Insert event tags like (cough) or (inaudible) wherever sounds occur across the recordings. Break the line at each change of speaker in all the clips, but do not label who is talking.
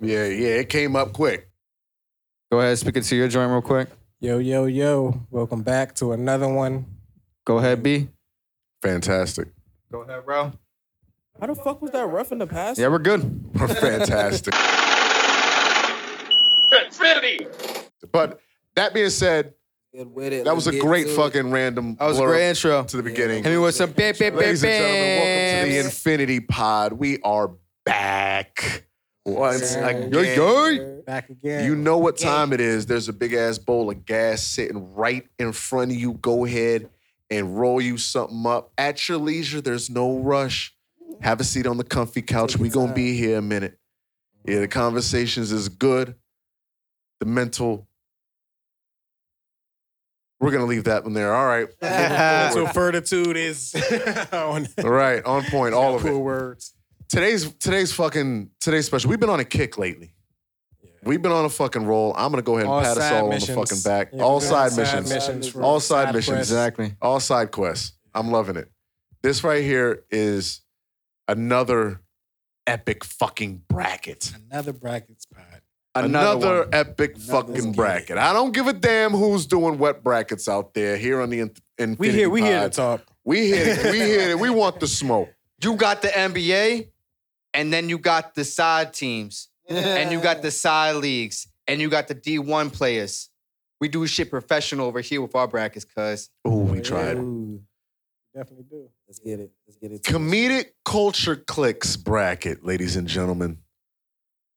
Yeah, yeah, it came up quick.
Go ahead, speak it to your joint real quick.
Yo, yo, yo. Welcome back to another one.
Go ahead, B.
Fantastic.
Go ahead, bro.
How the fuck was that rough in the past?
Yeah, we're good.
(laughs)
Fantastic. But that being said, that was a great fucking random
That was a
blurb
great intro.
to the beginning.
Hit me with some bam, bam, bam,
Ladies and gentlemen, welcome to the
bams.
Infinity Pod. We are back once
Yeah.
again.
Yo, yo.
Back again.
You
(laughs)
know what time it is. There's a big ass bowl of gas sitting right in front of you. Go ahead and roll you something up at your leisure. There's no rush. Have a seat on the comfy couch.
Take
we
your
going to
time.
be here a minute. Yeah, the conversations is good. The mental. We're going to leave that one there. All (laughs) right.
so fortitude is (laughs) on
All right. On (laughs) point. All of
cool
it.
words.
Today's today's fucking today's special. We've been on a kick lately. We've been on a fucking roll. I'm gonna go ahead and pat us
side
all
missions.
on the fucking back.
Yeah,
all
we're doing
side, missions.
for-
All side missions,
quests.
Exactly.
All side quests. I'm loving it. This right here is another epic fucking bracket.
Another brackets pod.
Another,
one.
epic
Another
fucking
one.
bracket. I don't give a damn who's doing wet brackets out there here on the in- Infinity
We here, we here to
Pod.
talk.
We here. We here. We want the smoke.
you got the NBA, and then you got the side teams, and you got the side leagues, and you got the D1 players. We do shit professional over here with our brackets, cuz.
Ooh, we tried.
Ooh. Definitely do. Let's get it. Let's get it.
Comedic culture clicks bracket, ladies and gentlemen.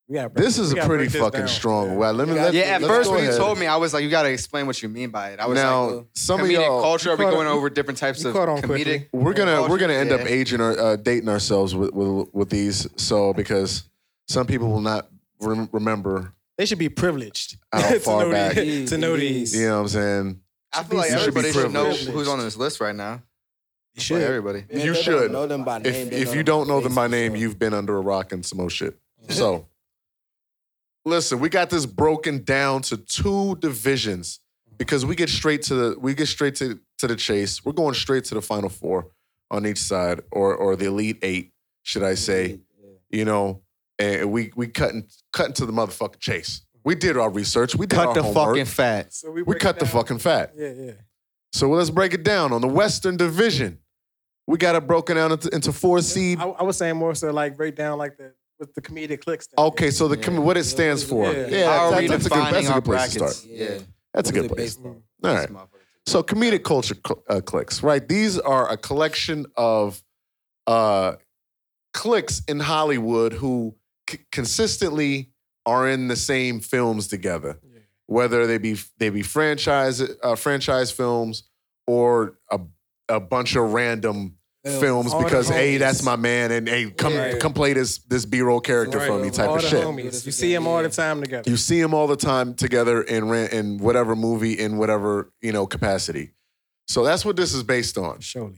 We gotta break
This is
we
a
gotta
pretty
break this
fucking
down.
strong.
Yeah.
Well, let me.
Yeah,
Let,
Yeah, at
let's
first
go
when you
ahead.
told me, I was like, you gotta explain what you mean by it. I was
now,
like,
some of
comedic
y'all
culture, are we
You caught
going
on-
over different types
You
of
caught on
comedic?
quickly.
We're gonna
Oh,
we're gonna end up
yeah.
aging our uh, dating ourselves with, with with these. So because some people will not rem- remember.
They should be privileged
How
(laughs)
far
know
back.
these, to know these.
You know what I'm saying?
I feel like
You should be
everybody should know
privileged.
who's on this list right now.
They
Like,
should.
everybody.
You should.
Know them by name,
If
they
if you don't know them by name, you've been under a rock and some old shit. So listen, we got this broken down to two divisions because we get straight to the we get straight to to the chase. We're going straight to the final four on each side, or or the elite eight, should I say? you know, and we we cutting cutting to the motherfucking chase. We did our research. We did our
Cut the
homework.
fucking fat.
So
we
break
cut
it
the
down.
fucking fat.
Yeah, yeah.
So let's break it down on the Western Division. We got it broken down into, into four seed.
I, I was saying more so like break down like the with the comedic clicks. thing.
Okay, so the com what it stands for.
Yeah.
Yeah,
How
that-
are we
that's, a good,
defining
that's a
our
good place to
brackets?
start.
Yeah.
That's a good place. All right.
This motherfucker.
So comedic culture cl- uh, clicks, right? These are a collection of uh, clicks in Hollywood who c- consistently are in the same films together,
Mm.
Yeah.
whether they be they be franchise uh, franchise films or a a bunch of random films
All the
because hey,
homies.
that's my man, and hey, come
Yeah.
come play this this B roll character
Right.
for me type
all
of
the
shit.
homies. You see them all the time together.
You see them all the time together in ran- in whatever movie in whatever you know capacity. So that's what this is based on.
Surely.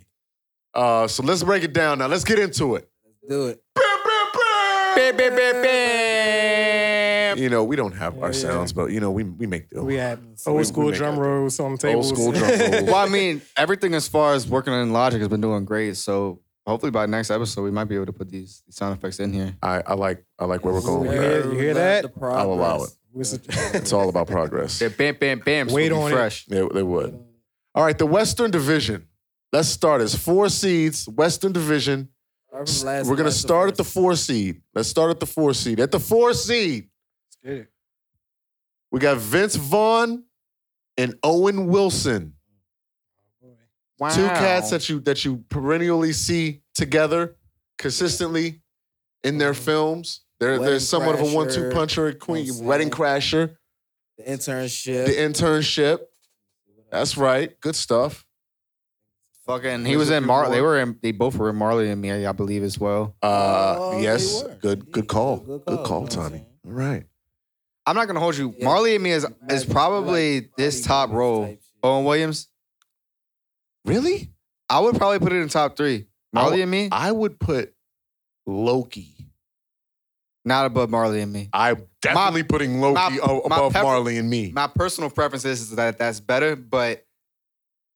Uh, so let's break it down now. Let's get into it.
do it.
Bam, bam, bam, bam.
You know we don't have our
Yeah.
sounds, but you know we we make the
We had
we- we
old school
make
drum
that-
rolls on
old
tables.
school
(laughs)
drum roll.
Well, I mean, everything as far as working in Logic has been doing great. So hopefully by next episode, we might be able to put these, these sound effects in here.
I, I like I like where we're going.
You
With
hear,
that.
you hear that?
I'll allow it.
What's it-
It's all about progress.
They're bam, bam, bam.
Wait
Wait
on
on
it.
fresh.
They, they would. All right, the Western Division. Let's start as four seeds. Western Division. We're gonna start at the four seed. Let's start at the four seed. At the four seed, we got Vince Vaughn and Owen Wilson.
Oh,
Wow.
Two cats that you that you perennially see together consistently in their films. They're, they're
Mm-hmm. Wedding
somewhat of a
Crasher,
one-two puncher at Queen
you know what I'm
Wedding
saying?
Crasher,
the internship.
the internship. That's right. Good stuff.
Fucking, he was in Mar. They were in. They both were in Marley and Me, I believe, as well.
Uh,
Oh, they
yes.
were.
Good good
Indeed.
call. Good
Good
call,
call, you know what I'm
Tommy.
saying?
All right.
I'm not gonna hold you.
Yeah.
Marley and Me is is
Like-
probably
like
this
Bobby
top
Bones
role.
type shit.
Oh.
Owen Williams.
Really?
I would probably put it in top three. Marley
(laughs)
and Me,
I would put Loki.
not above Marley and Me.
I'm definitely putting Loki
my-
o-
my
above
pepper-
Marley and me.
My personal preference is that that's better, but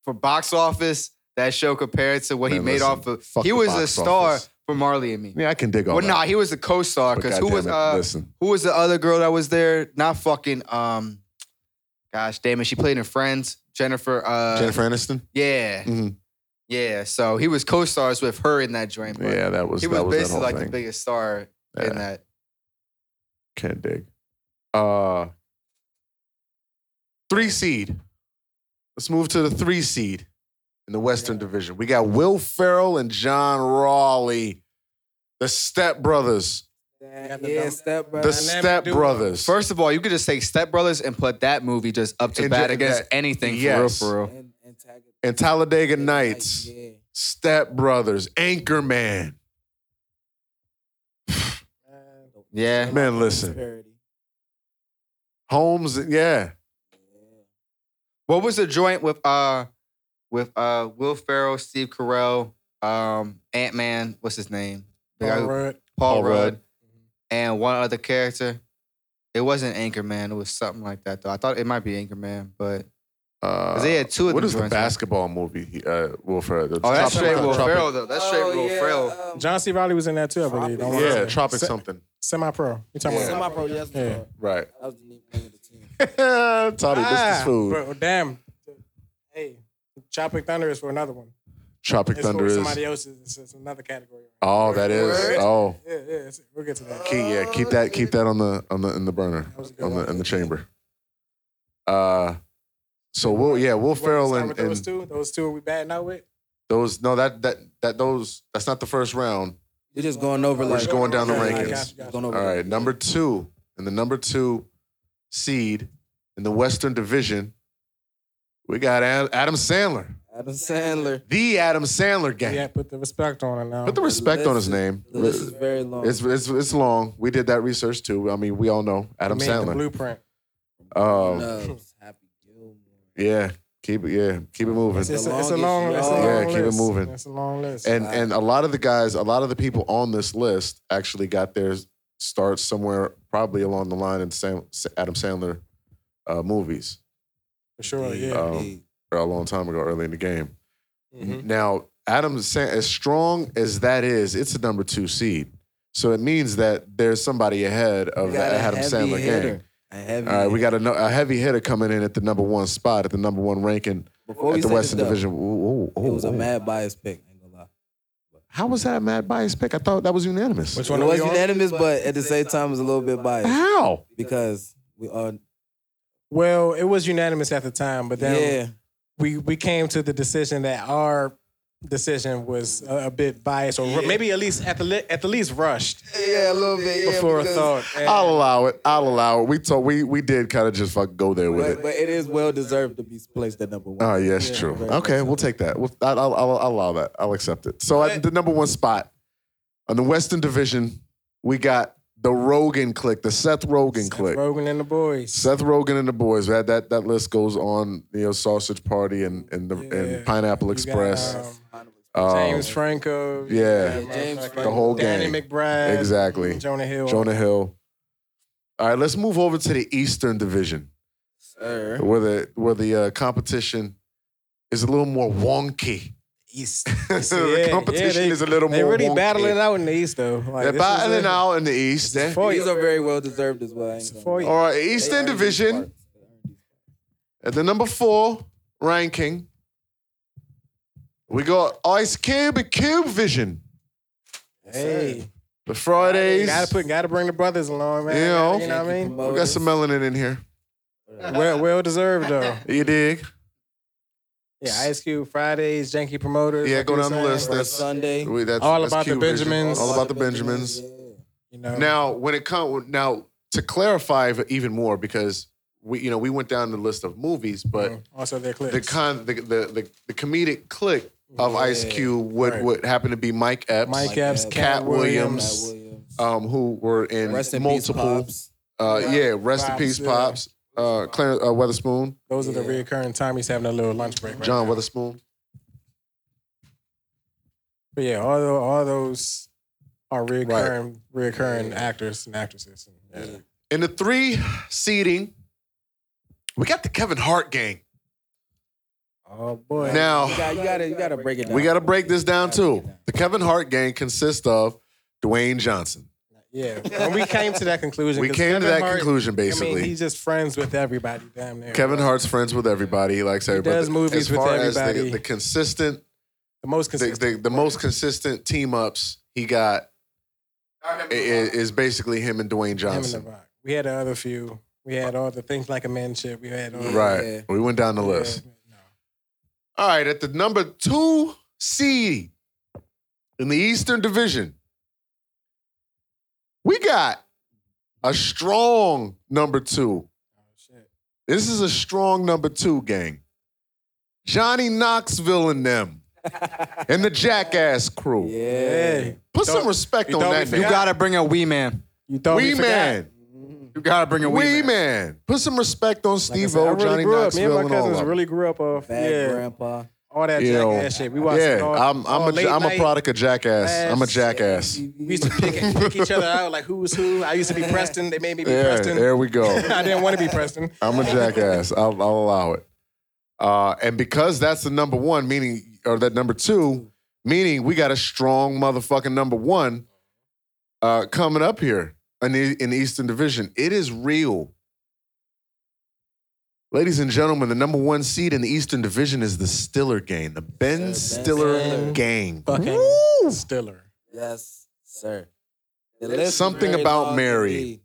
for box office, that show compared to what he
Man,
made
listen,
off of,
fuck
he
the
was a
box
star
office.
for Marley and me.
Yeah, I can dig all
Well,
that.
nah, he was the co-star
But
because who
goddamn
was
it,
uh,
listen,
who was the other girl that was there? Not fucking um, gosh damn it, she played in Friends. Jennifer. Uh,
Jennifer Aniston?
Yeah,
Mhm.
yeah. So he was co-stars with her in that joint. But
Yeah, that was
he was,
that was that
basically
whole
like the
thing.
biggest star in
Yeah,
that.
Can't dig. Uh, three seed. Let's move to the three seed in the Western Division. We got Will Ferrell and John Raleigh, the Step Brothers.
That-
yeah,
yeah,
step
The
brother.
Step Brothers.
First of all, you could just take Step Brothers and put that movie just up to
And
bat
ju-
against
that-
anything
yes.
for real, for real.
and, and Tiger
and Talladega Nights,
Yeah.
Step Brothers, Anchorman.
man.
Yeah.
Man, listen.
Parody.
Holmes, yeah.
What was the joint with uh with uh Will Ferrell, Steve Carell, um Ant Man? What's his name? The guy
Paul
who-
Rudd.
Paul,
Paul
Rudd,
Rudd.
and one other character. It wasn't Anchorman. It was something like that though. I thought it might be Anchorman, but
Uh,
'Cause they had two of
What
them
is the
joints.
basketball movie? He, uh, Will Ferrell. The
oh, that's
Tropic-
straight Will
Tropic-
Ferrell though. That's straight
Oh,
Will Ferrell.
Um,
John C. Riley was in that too, I believe. Don't
Tropic.
wanna-
Yeah,
Yeah.
Tropic
Se-
something.
Semi-pro. You talking
yeah.
about?
Semi-pro, yes,
Yeah.
yeah.
Right.
That was the name of the team.
(laughs) Toddy, this
Ah,
is food.
Bro, damn. Hey, Tropic Thunder is for another one.
Tropic
It's
Thunder
for
is.
somebody else's. It's, it's another category.
Oh, that is.
Word.
Oh,
Yeah, yeah. it's- We'll get to that.
keep, yeah. Keep that. Keep that on the on the in the burner
That was a good
on
one.
the in the chamber. Uh, so Will, yeah, Will
What,
Ferrell
start
and,
with those
and
two. Those two we batting out with.
those. No, that that that those. That's not the first round.
You're just going over
We're
like
just going down the
Yeah, I
rankings.
got you, got you. Going
All
over
right,
like-
number two and the number two seed in the Western Division. We got Ad- Adam Sandler,
Adam Sandler.
the Adam Sandler gang.
Yeah, put the respect on it now.
Put the respect on his
Listen,
name.
The list is very long.
It's, it's it's long. We did that research too. I mean, we all know Adam
Made The
Sandler.
blueprint.
Um,
Nubs, Happy Gilmore.
yeah, keep it. Yeah, keep it moving.
It's, it's,
The
it's a
longest
long. It's a
yard.
long
Yeah, keep it
list.
moving.
It's a long list.
And and a lot of the guys, a lot of the people on this list actually got their start somewhere probably along the line in Sam, Adam Sandler uh, movies
for sure. Yeah.
um,
Indeed.
or a long time ago, early in the game.
Mm-hmm.
Mhm.
Now, Adam Sand, as strong as that is, it's a number two seed. So it means that there's somebody ahead of
We
the
got a
Adam
heavy
Sandler
hitter.
gang.
A heavy
All right, we
hitter.
got a, no- a heavy hitter coming in at the number one spot, at the number one ranking
Before we
at the
set
Western
this up,
Division. Ooh, ooh, ooh,
It was a
ooh.
mad bias pick. I ain't gonna lie.
How was that a mad bias pick? I thought that was unanimous.
Which
It
one are
was
we on?
unanimous, but at the same time, it was a little
(laughs)
bit biased
How?
because we are.
Well, it was unanimous at the time, but then
Yeah,
we we came to the decision that our decision was a, a bit biased, or ru- maybe at least at the li- at the least rushed
yeah, a little bit. Yeah,
before a
because-
thought.
I'll allow it. I'll allow it. We told we we did kind of just fuck go there with
But,
it.
but it is well deserved to be placed at number one.
Oh yes,
Yeah,
true.
very
Okay,
much
we'll take that. We'll, I'll, I'll, I'll allow that. I'll accept it. So at the number one spot on the Western Division, we got the Rogan click, the Seth Rogan click.
Rogan and the boys.
Seth Rogan and the boys. That that that list goes on. You know, Sausage Party and and the
Yeah.
and Pineapple
You
Express.
Got, um,
Um,
James Franco. you
yeah.
got
James
motherfucking
Franco.
The whole
Danny
gang.
McBride.
Exactly.
Jonah Hill.
Jonah Hill. All right, let's move over to the Eastern Division.
Sir.
where the where the uh, competition is a little more wonky. (laughs)
East.
the competition is a little
They're
more.
really
wonky.
battling out in the East though. Like,
They're
this is
battling
a-
out in the East. eh?
for
These
you.
are very well deserved as well. I ain't
It's
gonna
for
lie.
you.
All right,
They
Eastern
earned these
Division
parts. They earned these
at the number four ranking. We got Ice Cube and Cube Vision.
Hey,
The Fridays.
gotta put, gotta bring the brothers along, man.
You know.
you know what I mean.
we got some melanin in here.
Well, well deserved (laughs) though.
You dig?
Yeah, Ice Cube Fridays, Janky Promoters.
Yeah,
like
go
you
down the
were saying.
list. That's-
Sunday.
We- that's-
All
that's
about the
Cube Vision.
Benjamins.
All about the Benjamins.
You know, mm,
Now, when it comes now to clarify even more, because we you know we went down the list of movies, but
Mm, also their clips.
the con the the the, the comedic clique of Ice
Yeah,
Cube would
right.
would happen to be Mike Epps,
Mike
Mike
Epps,
Epps,
Cat,
Cat
Williams.
Williams.
Williams.
um, who were in
Rest in peace,
multiple.
Pops.
uh, yeah, rest in
Pops,
peace,
yeah.
pops. Uh, Clarence uh, Weatherspoon,
Those are the
Yeah.
reoccurring time he's having a little lunch break. Right?
John Weatherspoon.
But yeah, all those, all those are reoccurring, reoccurring actors and actresses. Yeah.
In the three seating, we got the Kevin Hart gang.
Oh boy.
Now-
you gotta, you gotta, you gotta break it down.
We got to break this down too. The Kevin Hart gang consists of Dwayne Johnson.
yeah. When we came to that conclusion,
We
'cause
came to
Kevin
that
Hart,
conclusion
I mean,
basically.
he's just friends with everybody. Damn near.
Kevin Hart's friends with everybody. He likes everybody.
does movies
as
with
far As
everybody.
the, the consistent,
the most
the,
consistent.
the, the most consistent team ups he got i- i- is, basically him and Dwayne
Him and The
Johnson.
Rock. We had the other few. We had all the things like a man shit. We had all the-
Right.
Yeah.
We went down the
Yeah,
list.
no.
All right, at the number two seed in the Eastern Division, we got a strong number two.
Oh, shit.
This is a strong number two gang. Johnny Knoxville and
(laughs)
them, and the Jackass crew.
Yeah.
Hey,
Put
Don't-
some respect
you
on
don't
that.
You
be
name.
forgot-
gotta bring a wee man.
you thought
Wee
we forgot.
man,
You gotta bring a wee,
wee
man.
man. Put some respect on
Like I
Steve
said, I
O,
really
Johnny
grew up. Me
Knoxville,
and
and
my cousins
all of them.
really grew up off
Bad
yeah,
grandpa.
all that
You know,
jackass shit. We watched it
Yeah,
all,
I'm
all
I'm a,
late
I'm a
night.
product of Jackass. I'm a
ass.
Jackass.
We used to pick, pick each other out, like who was who.
(laughs)
I used to be Preston. They made me be
Yeah,
Preston.
there we go.
(laughs) I didn't want to be Preston.
I'm a jackass. I'll, I'll allow it. Uh, and because that's the number one, meaning, or that number two, meaning we got a strong motherfucking number one uh, coming up here in the, in the Eastern Division. It is real. Ladies and gentlemen, the number one seed in the Eastern Division is the Stiller gang, the Ben Stiller
Stiller.
gang.
Fucking Stiller.
Yes, sir. The
There's
list is
something
very
about
long to
Mary.
read.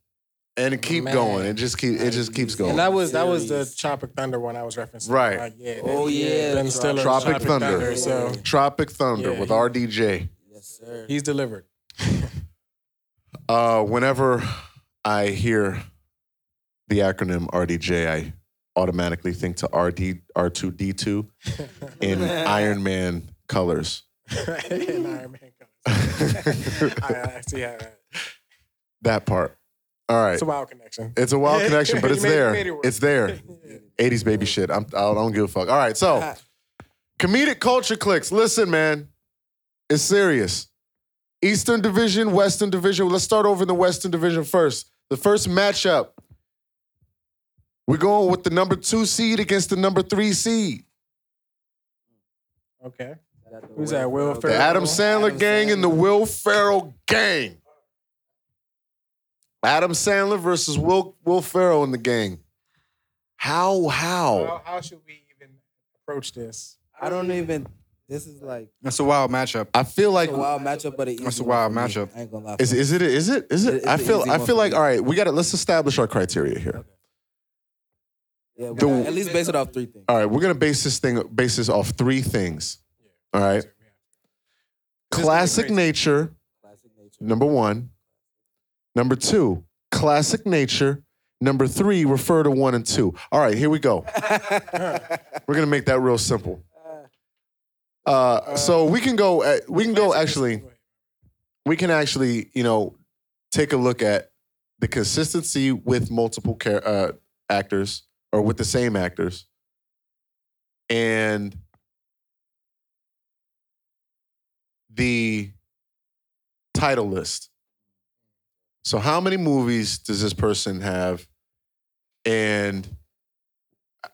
And it keep
Man.
going. It just keep it just keeps going.
And that was that was the
Series.
Tropic Thunder one I was referencing.
Right.
Like, yeah.
Oh,
that-
yeah.
Ben Stiller.
Tropic Thunder.
So
Tropic Thunder
Yeah,
with
he-
RDJ.
Yes, sir.
he's delivered. (laughs)
Uh, whenever I hear the acronym RDJ, I automatically think to RD
(laughs)
R2D2 in Iron Man colors.
In Iron Man
(laughs)
colors. I, I see how that.
That part. All right.
It's a wild connection.
It's a wild connection, but
(laughs) You
it's
made-
there.
made it work.
It's
(laughs)
there. 80s baby shit. I'm, I don't give a fuck. All right. So, comedic culture clicks. Listen, man, it's serious. Eastern Division, Western Division. Let's start over in the Western Division first. The first matchup. We're going with the number two seed against the number three seed.
Okay. Who's that? Will
The
Ferrell?
Adam Sandler
Adam
gang and the
Sandler.
Will Ferrell gang. Adam Sandler versus Will Will Ferrell in the gang. How how?
How, how should we even approach this?
I don't even. This is like
That's a wild matchup.
I feel like
a wild matchup, but an easy
That's a wild
one for me.
matchup.
I ain't gonna lie.
is is it is it is it?
It's
I
an
feel
easy
I
one
feel
for
like
me.
all right. We got to let's establish our criteria here.
Yeah, we
the- Uh,
gotta at least base it off three things.
All right, we're gonna base this thing base this off three things. All right, classic
crazy.
nature.
Classic nature. (laughs)
Number one. Number two, classic nature. Number three, refer to one and two. All right, here we go. We're gonna make that real simple. Uh, so we can go. At, we can go. Actually, we can actually, you know, take a look at the consistency with multiple char- uh, actors or with the same actors, and the title list. So, how many movies does this person have, and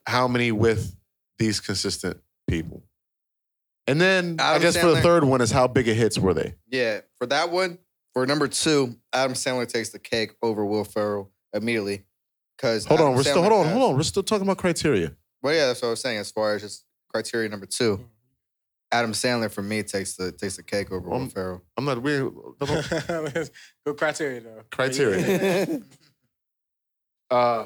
how many with these consistent people? And then I
Adam
guess for the
Sandler.
third one is how big of hits were they?
Yeah, for that one, for number two, Adam Sandler takes the cake over Will Ferrell immediately. Because
Hold on, we're still hold on, hold on. We're still talking about criteria.
But yeah, that's what I was saying. As far as just criteria number two, Adam Sandler for me takes the takes the cake over Will
Um,
Ferrell.
I'm not we (laughs) don't-
(laughs) Good criteria though.
criteria. (laughs)
Number
Uh,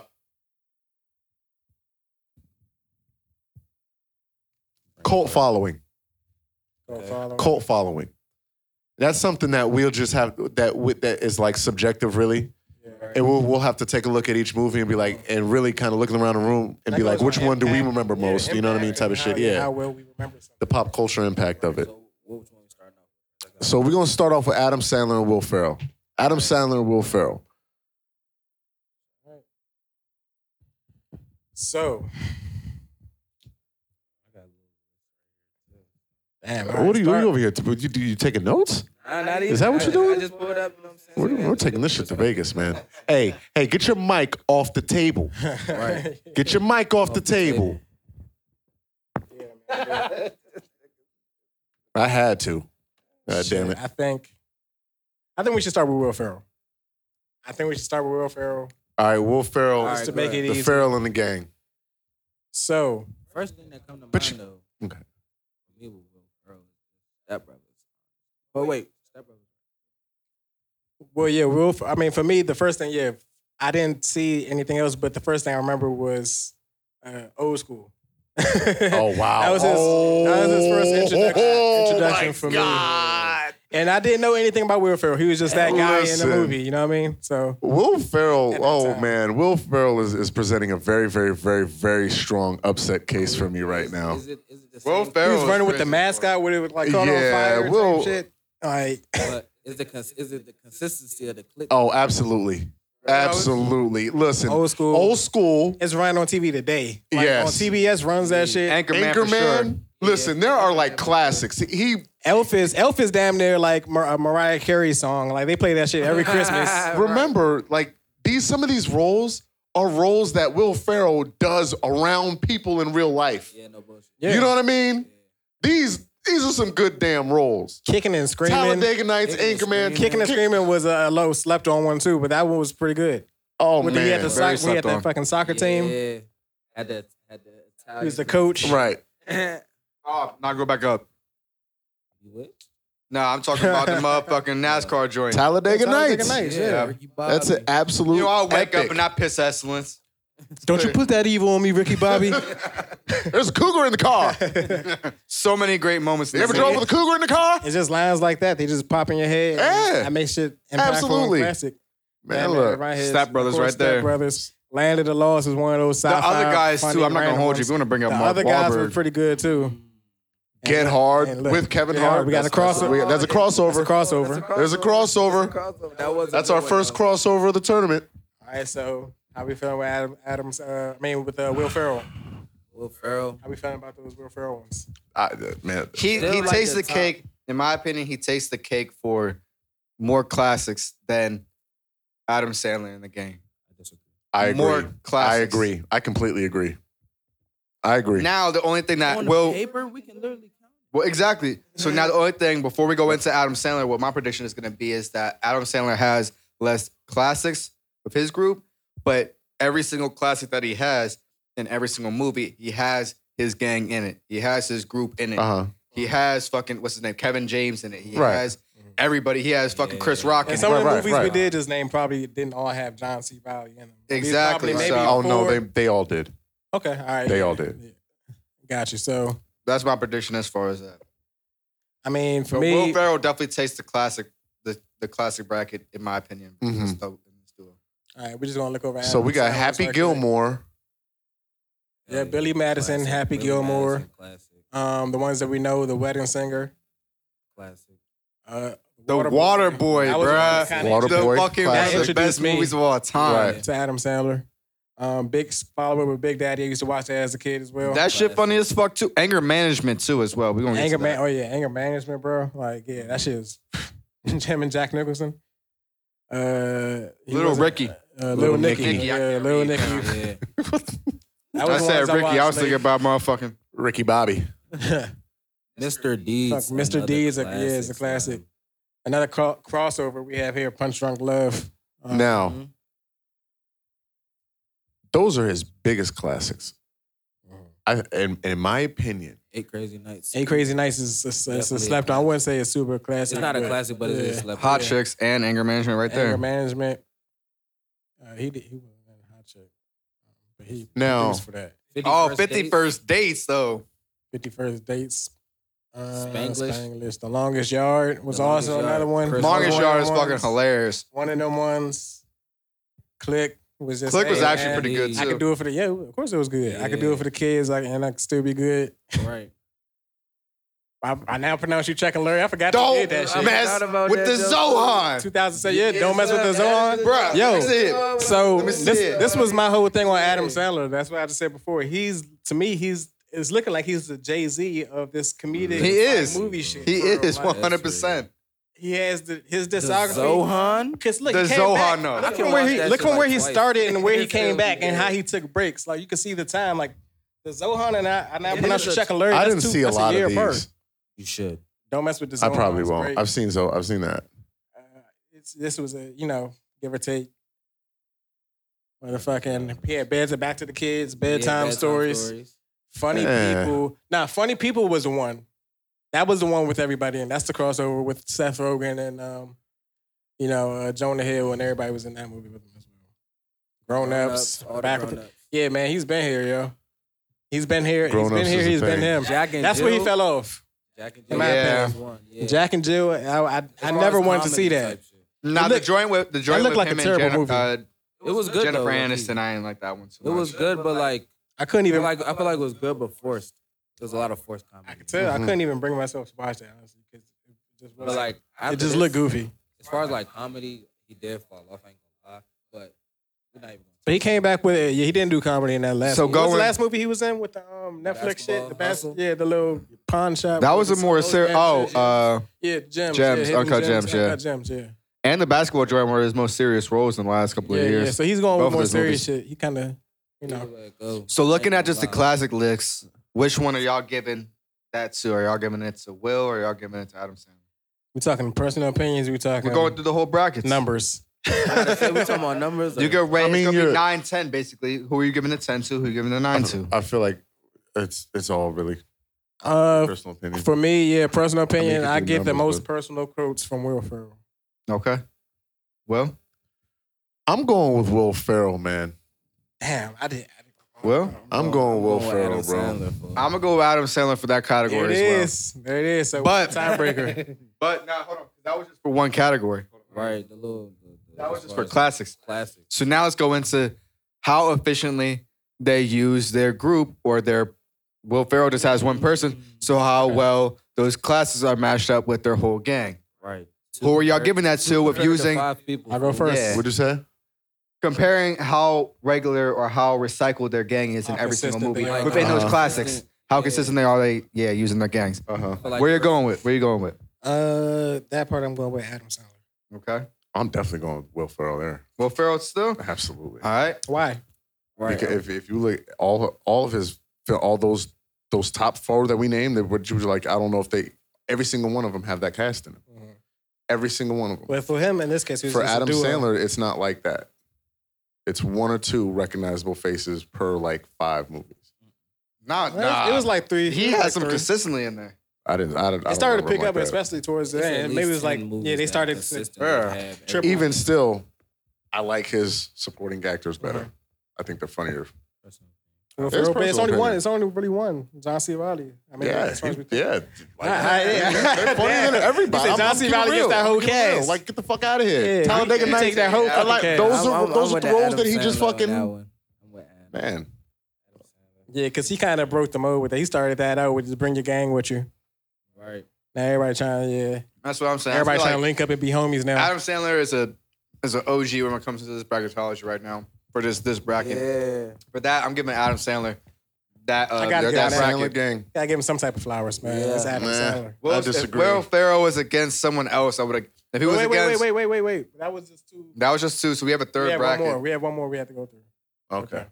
cult following,
Go follow.
cult following. That's something that we'll just have that with that is like subjective, really.
Yeah.
And we'll we'll have to take a look at each movie and be like, and really kind of looking around the room and be
That
like,
goes
which
on
one do we
impact.
remember
Yeah,
most? You know what I mean,
impact
type of
and
shit.
how- How
Yeah,
well we remember something.
the pop culture impact of it.
So, what which one we starting off?
So we're gonna start off with Adam Sandler and Will Ferrell. Adam Sandler and Will Ferrell.
So. Damn, all
what
right,
are you, what are
start-
you over here? Do you, do you taking notes?
Nah, not
Is
even.
that what you're
I just-
doing?
I just pulled up. You know what I'm
We're,
saying?
we're taking this shit to Vegas, man. Hey, hey, get your mic
(laughs)
off the table. Get your mic off the table.
yeah, man.
I had to. God damn
Shit,
it.
I think, I think we should start with Will Ferrell. I think we should start with Will Ferrell
All right, Will Ferrell,
All
just
right,
to
go
make
ahead.
it
the
easy.
Ferrell and the gang.
so
First thing that come to
But
mind
you-
though.
Okay.
for Me with Will Ferrell, Step Brothers. But wait, Step Brothers.
Well, yeah, Will. I mean, for me, the first thing, yeah, I didn't see anything else, but the first thing I remember was uh, old school.
Oh wow.
(laughs) That was his- that was his first introduction-
Oh,
introduction
my
for me.
God.
(laughs) and I didn't know anything about Will Ferrell. He was just that guy
Listen.
in the movie. You know what I mean? So
Will Ferrell,
At that
oh
time.
man, Will Ferrell is, is presenting a very, very, very, very strong upset case for me right now.
Is it, is it the
Will
same,
he
Ferrell
was running
is
with the
crazy,
mascot with it, was, like caught
Yeah,
on fire.
Will-
Will, shit.
(clears throat)
Like,
But is the cons- is it the consistency of the clip?
Oh, absolutely. Absolutely. Listen,
Old school.
Old school.
it's running on TV today. Like,
Yes. Mm.
on TBS runs that shit.
Anchorman, for
Anchorman.
sure.
Listen, there are like classics. He,
Elf is Elf is damn near like Mar- a Mariah Carey song. Like they play that shit
(laughs)
every Christmas.
remember, like these, some of these roles are roles that Will Ferrell does around people in real life.
Yeah, no bullshit.
You know what I mean? These, these are some good damn roles.
kicking and screaming.
Talladega Nights,
Kicking and
Anchorman.
Kicking and screaming was a low slept on one too, but that one was pretty good.
Oh
With the, he had
man.
the,
Very
soc- he had
slept on.
the fucking soccer team.
Yeah, had the had the Italian.
He was the coach.
Right.
Oh, now go back up.
(laughs) You what?
No, I'm talking about the
(laughs)
motherfucking NASCAR joint.
Talladega
Talladega
Nights.
Nights, yeah.
Ricky
That's
Bobby.
an absolute.
You know, I'll wake
epic.
up and I piss excellence.
Don't you put that evil on me,
(laughs)
Ricky Bobby?
There's a cougar in the
(laughs)
car.
(laughs) So many great moments. in
You ever
this
drove
movie.
with a cougar in the car?
it's just lines like that. They just pop in your head.
Yeah.
I make shit impactful
Absolutely.
Absolutely. and classic.
Man,
Batman
look.
Right here.
Step
Of
Brothers
course,
right
Step
there.
Brothers. Land of the Lost is one of those
The
sci-fi.
other guys
funny,
too. I'm not gonna
random
hold you. If
ones.
you want to bring up
The
Mark
other guys were
Wahlberg,
pretty good too.
Get
And-
Hard
and look,
with Kevin
Get
Hart.
We got a
That's- that's-
crossover.
we-
(laughs)
That's a
It's a
crossover.
crossover.
There's a crossover.
That was a
That's
good
our
one,
first
though.
crossover of the tournament.
All right, so how we feeling with Adam, Adams? Uh, I mean, with uh, Will Ferrell.
Will Ferrell.
How we feeling about those Will Ferrell ones?
I, uh, man,
he
Still
he
like
takes
the
the
top.
cake. In my opinion, he takes the cake for more classics than Adam Sandler in the game.
I agree.
More
I
classics.
agree. I completely agree. I agree.
Now the only thing that
On
will
paper, we can literally count.
well exactly. So now the only thing before we go into Adam Sandler, what my prediction is going to be is that Adam Sandler has less classics with his group, but every single classic that he has in every single movie, he has his gang in it. He has his group in it.
Uh-huh.
uh huh.
He has fucking what's his name, Kevin James in it. He
Right.
has everybody. He has fucking Chris Rock. in
And
it.
some of the
Right, right,
movies we
right.
did just name probably didn't all have John C. Riley in them. These
Exactly,
probably
so-
Oh no,
four-
they they all did.
okay. All right,
They all did.
Got you. So
That's my prediction as far as that.
I mean, for
But Will
me,
Ferrell definitely takes the classic, the, the classic bracket in my opinion.
Mhm.
Let's go in this duo.
all right, we're just gonna look over.
So
Adam
we got
Sandler's
Happy
right quick.
Gilmore.
Yeah, Billy Madison,
Classic.
Happy
Billy
Gilmore.
Madison, Classic.
Um, the ones that we know, the Wedding Singer,
Classic.
uh,
The
Waterboy.
Water Boy,
That was
bruh.
one that kinda
Water
the
Boy,
fucking
classic.
one of the
Introduced
best
me.
movies of all time.
Right.
to Adam Sandler. Um, big follower with Big Daddy. I used to watch that as a kid as well.
That shit funny as fuck too. Anger management too as well. We gonna get
anger
to
man.
that.
Oh yeah, anger management, bro. Like yeah, that shit is (laughs) him and Jack Nicholson. Uh, he
Little
wasn't-
Ricky.
Uh, Little Nicky.
Nicky, I
Yeah,
can't
Little
read.
Nicky.
(laughs)
Yeah.
That
I
was the
said
ones
Ricky. I,
watched
was thinking about motherfucking.
Ricky Bobby.
late.
Mr. Deeds.
Fuck, Mr.
another
Deeds, yeah, is a classic. (laughs) Another cro- crossover we have here, Punch Drunk Love. Um,
Now,
Mhm.
those are his biggest classics.
Uh,
I, in, in my opinion,
Eight Crazy Nights.
Eight Crazy Nights is is- is a
Definitely.
slept on. I wouldn't say it's super classic.
It's not a classic, but
yeah.
it's just left.
Hot
Yeah.
chicks and anger management right
Anger
there.
management. Uh, he did, he was a hot chick, Um, but he
Now-
produced for that.
Oh,
51st
51st
Dates.
dates though.
51st Dates. Uh,
Spanglish.
Spanglish. The Longest Yard was
The Longest
also
Yard.
another one.
Chris
Another
Longest
one
yard
of
is
them
fucking
ones.
hilarious.
One of them ones. Click was just.
Click was
hey,
actually
man,
pretty good
Andy.
I
too.
could do it for the yeah. Of course it was good. I could do it
Yeah.
for the kids. I and I could still be good.
Right.
I, I now pronounce you Chuck and Larry. I forgot you
Don't
did that shit.
mess
Forgot about
with
that
the
joke.
Zohan.
2007. Yeah, don't mess with the Zohan.
Bruh,
Yo.
that's it.
So
Let me
this
see it.
this was my whole thing on Adam
Yeah.
Sandler. That's what I just said before. He's to me, he's it's looking like he's the Jay Z of this comedic
He
like,
is.
movie shit.
He
bro.
is
Like,
100%.
he has the, his
The
discography.
Zohan.
Cause look,
The
he came
Zohan,
back.
no.
Look
I
from
watched
where he
that
look
shit
from where
like
he
twice.
started and where he
It's
came
hell,
back and
yeah.
how he took breaks. Like you can see the time. Like The Zohan and I, and I
Yeah,
pronounced
it's a-
Shaq and Larry.
I
that's
didn't
two-
see a
that's
lot
year
of
apart.
these.
You should.
Don't mess with the
I
Zohan.
probably
It's
won't.
great.
I've seen so. I've seen that.
Uh, it's, this was a, you know, give or take. Motherfucking, yeah, beds are back to the kids,
Yeah,
bedtime stories, funny
Yeah.
people. Nah, funny people was the one. That was the one with everybody, and that's the crossover with Seth Rogen and, um, you know, uh, Jonah Hill, and everybody was in that movie with him as well. Grown ups,
Grown-ups, all the
back with
grown-ups.
Yeah, man, he's been here, yo. He's been here.
Grown
he's
ups
been here.
is a
He's been
thing.
him.
Jack and
That's
Jill.
where he fell off.
Jack and
In
Jill.
my
Yeah.
was one, yeah.
Jack and Jill. I, I, I
As far
never
as
wanted to see
comedy
that.
type shit.
Nah, the
looked-
joint with the joint
looked
with
like a
him
terrible
and Jennifer,
movie.
Uh,
It was good
Jennifer
though.
Aniston. I didn't like that one too
It
much.
was good, but like,
I couldn't
I feel
even.
like I feel like it was good, but forced. There was a lot of forced comedy.
I could tell. I couldn't even bring myself to watch that honestly because it just
But
was
like, after
it just
this,
looked goofy.
As far as like comedy, he did fall off. I ain't gonna lie, but we're not even. Gonna
But he came back with it. Yeah, he didn't do comedy in that last.
So
what was the
going-
last movie he was in with the um, Netflix shit? The
Basketball
best.
Hustle?
Yeah, the little pawn shop.
That was a
with
more
some
serious. Oh,
old ass
uh,
shit. yeah, gems,
Gems,
yeah, Hidden
Uncut Gems, yeah.
Uncut gems, yeah.
and the basketball joint were his most serious roles in the last couple
Yeah,
of years.
yeah. So he's going
Both
with
of
more
those
serious shit. He kind of, you know,
Let it go.
So looking
Ain't
at just the
gonna lie.
classic lists, which one are y'all giving that to? Are y'all giving it to Will or are y'all giving it to Adam Sandler?
we talking personal opinions. We talking
We're going through the whole brackets.
numbers.
(laughs)
Like I said, we talking about numbers.
You
or-
get right.
I mean,
it's gonna
you're-
be nine, ten, basically. Who are you giving the ten to? Who are you giving the nine to?
I feel like it's it's all really
Uh,
personal opinion.
For me, yeah, personal opinion,
could
I,
do
get the
numbers,
most
but-
personal quotes from Will Ferrell.
Okay. Well,
I'm going with Will Ferrell, man.
Damn, I did. I
Well,
Oh,
I'm going Will
Adam
Ferrell, bro.
Sandler for it.
I'm gonna go with Adam Sandler for that
did. There
category
it
as
is. There it is. So (laughs)
But-
timebreaker.
well. But now, hold on. That was just for one category.
right. The little. The, the,
That was just
as
for
far as
classics.
classic.
So now let's go into how efficiently they use their group or their. Will Ferrell just has one person, so how well those classes are matched up with their whole gang.
Right.
Who are y'all giving that to with
Compared to
using
five people?
I'll go first.
Yeah.
What'd you say?
comparing how regular or how recycled their gang is in
How
every single
consistent
movie
they are.
within those
Uh-huh.
classics? How consistent they are they? Yeah, using their gangs.
Uh
Uh-huh.
huh.
But, like,
Where you
for-
going with? Where you going with?
uh, that part I'm going with Adam Sandler.
Okay.
I'm definitely going with Will Ferrell there.
Will Ferrell still.
Absolutely.
All right.
Why?
Right.
Uh, Because if, if you look all all of his all those those top four that we named, that what you was like, I don't know if they every single one of them have that cast in them. Every single one of them.
Mm-hmm. Well, for him in this case, it was
For
just a
Adam
duo.
Sandler, it's not like that. It's one or two recognizable faces per like five movies.
Nah,
Well, it was like three.
he
it was like
has some
three.
consistently in there.
I didn't. I, don't- I
It
don't
started to
remember
pick
like
up,
that.
especially towards
It's
the
at
end. Maybe it
least
was like,
10 movies
yeah, they
that
started.
consistently
Yeah.
have
Triple-
Even still, I like his supporting actors better.
Uh-huh.
I think they're funnier.
every-
Will
It's
Ferrell, but it's
personal
only one.
opinion.
It's only really one. John C. Riley. I mean,
yeah,
as far as
he- (laughs)
we-
yeah. Like,
I- I-
they're funnier than everybody.
He
I'm-
said John
I'm
C.
keeping
Riley gets
real.
that whole
I'm keeping real.
cast.
Like, get the fuck out of here.
Yeah.
Talladega
You
Nights.
take that whole
I like
fucking
those
cast.
are those are
with
the
Adam
roles that he just
Sandler on that
fucking
one. I'm with Adam.
man.
Adam Sandler.
Yeah, because he kind of broke the mode with it. He started that out with just bring your gang with you.
Right.
Now everybody trying, yeah,
That's what I'm saying. I
everybody
feel
trying to
like
link up and be homies now.
Adam Sandler is a is an OG when it comes to this bracketology right now for this this bracket.
Yeah.
For that, I'm giving Adam Sandler that uh,
I gotta
that,
give
That
Adam
bracket.
Sandler gang.
Gotta give him some type of flowers, man.
Yeah.
That's Adam
Nah.
Sandler.
Will,
I
if
disagree.
Will Ferrell was against someone else, I would have. If he was
Wait, wait,
against,
wait, wait, wait, wait, wait. That was just two.
that was just two. So we have a third
we have
bracket.
one more. We have one more. We have to go through.
Okay.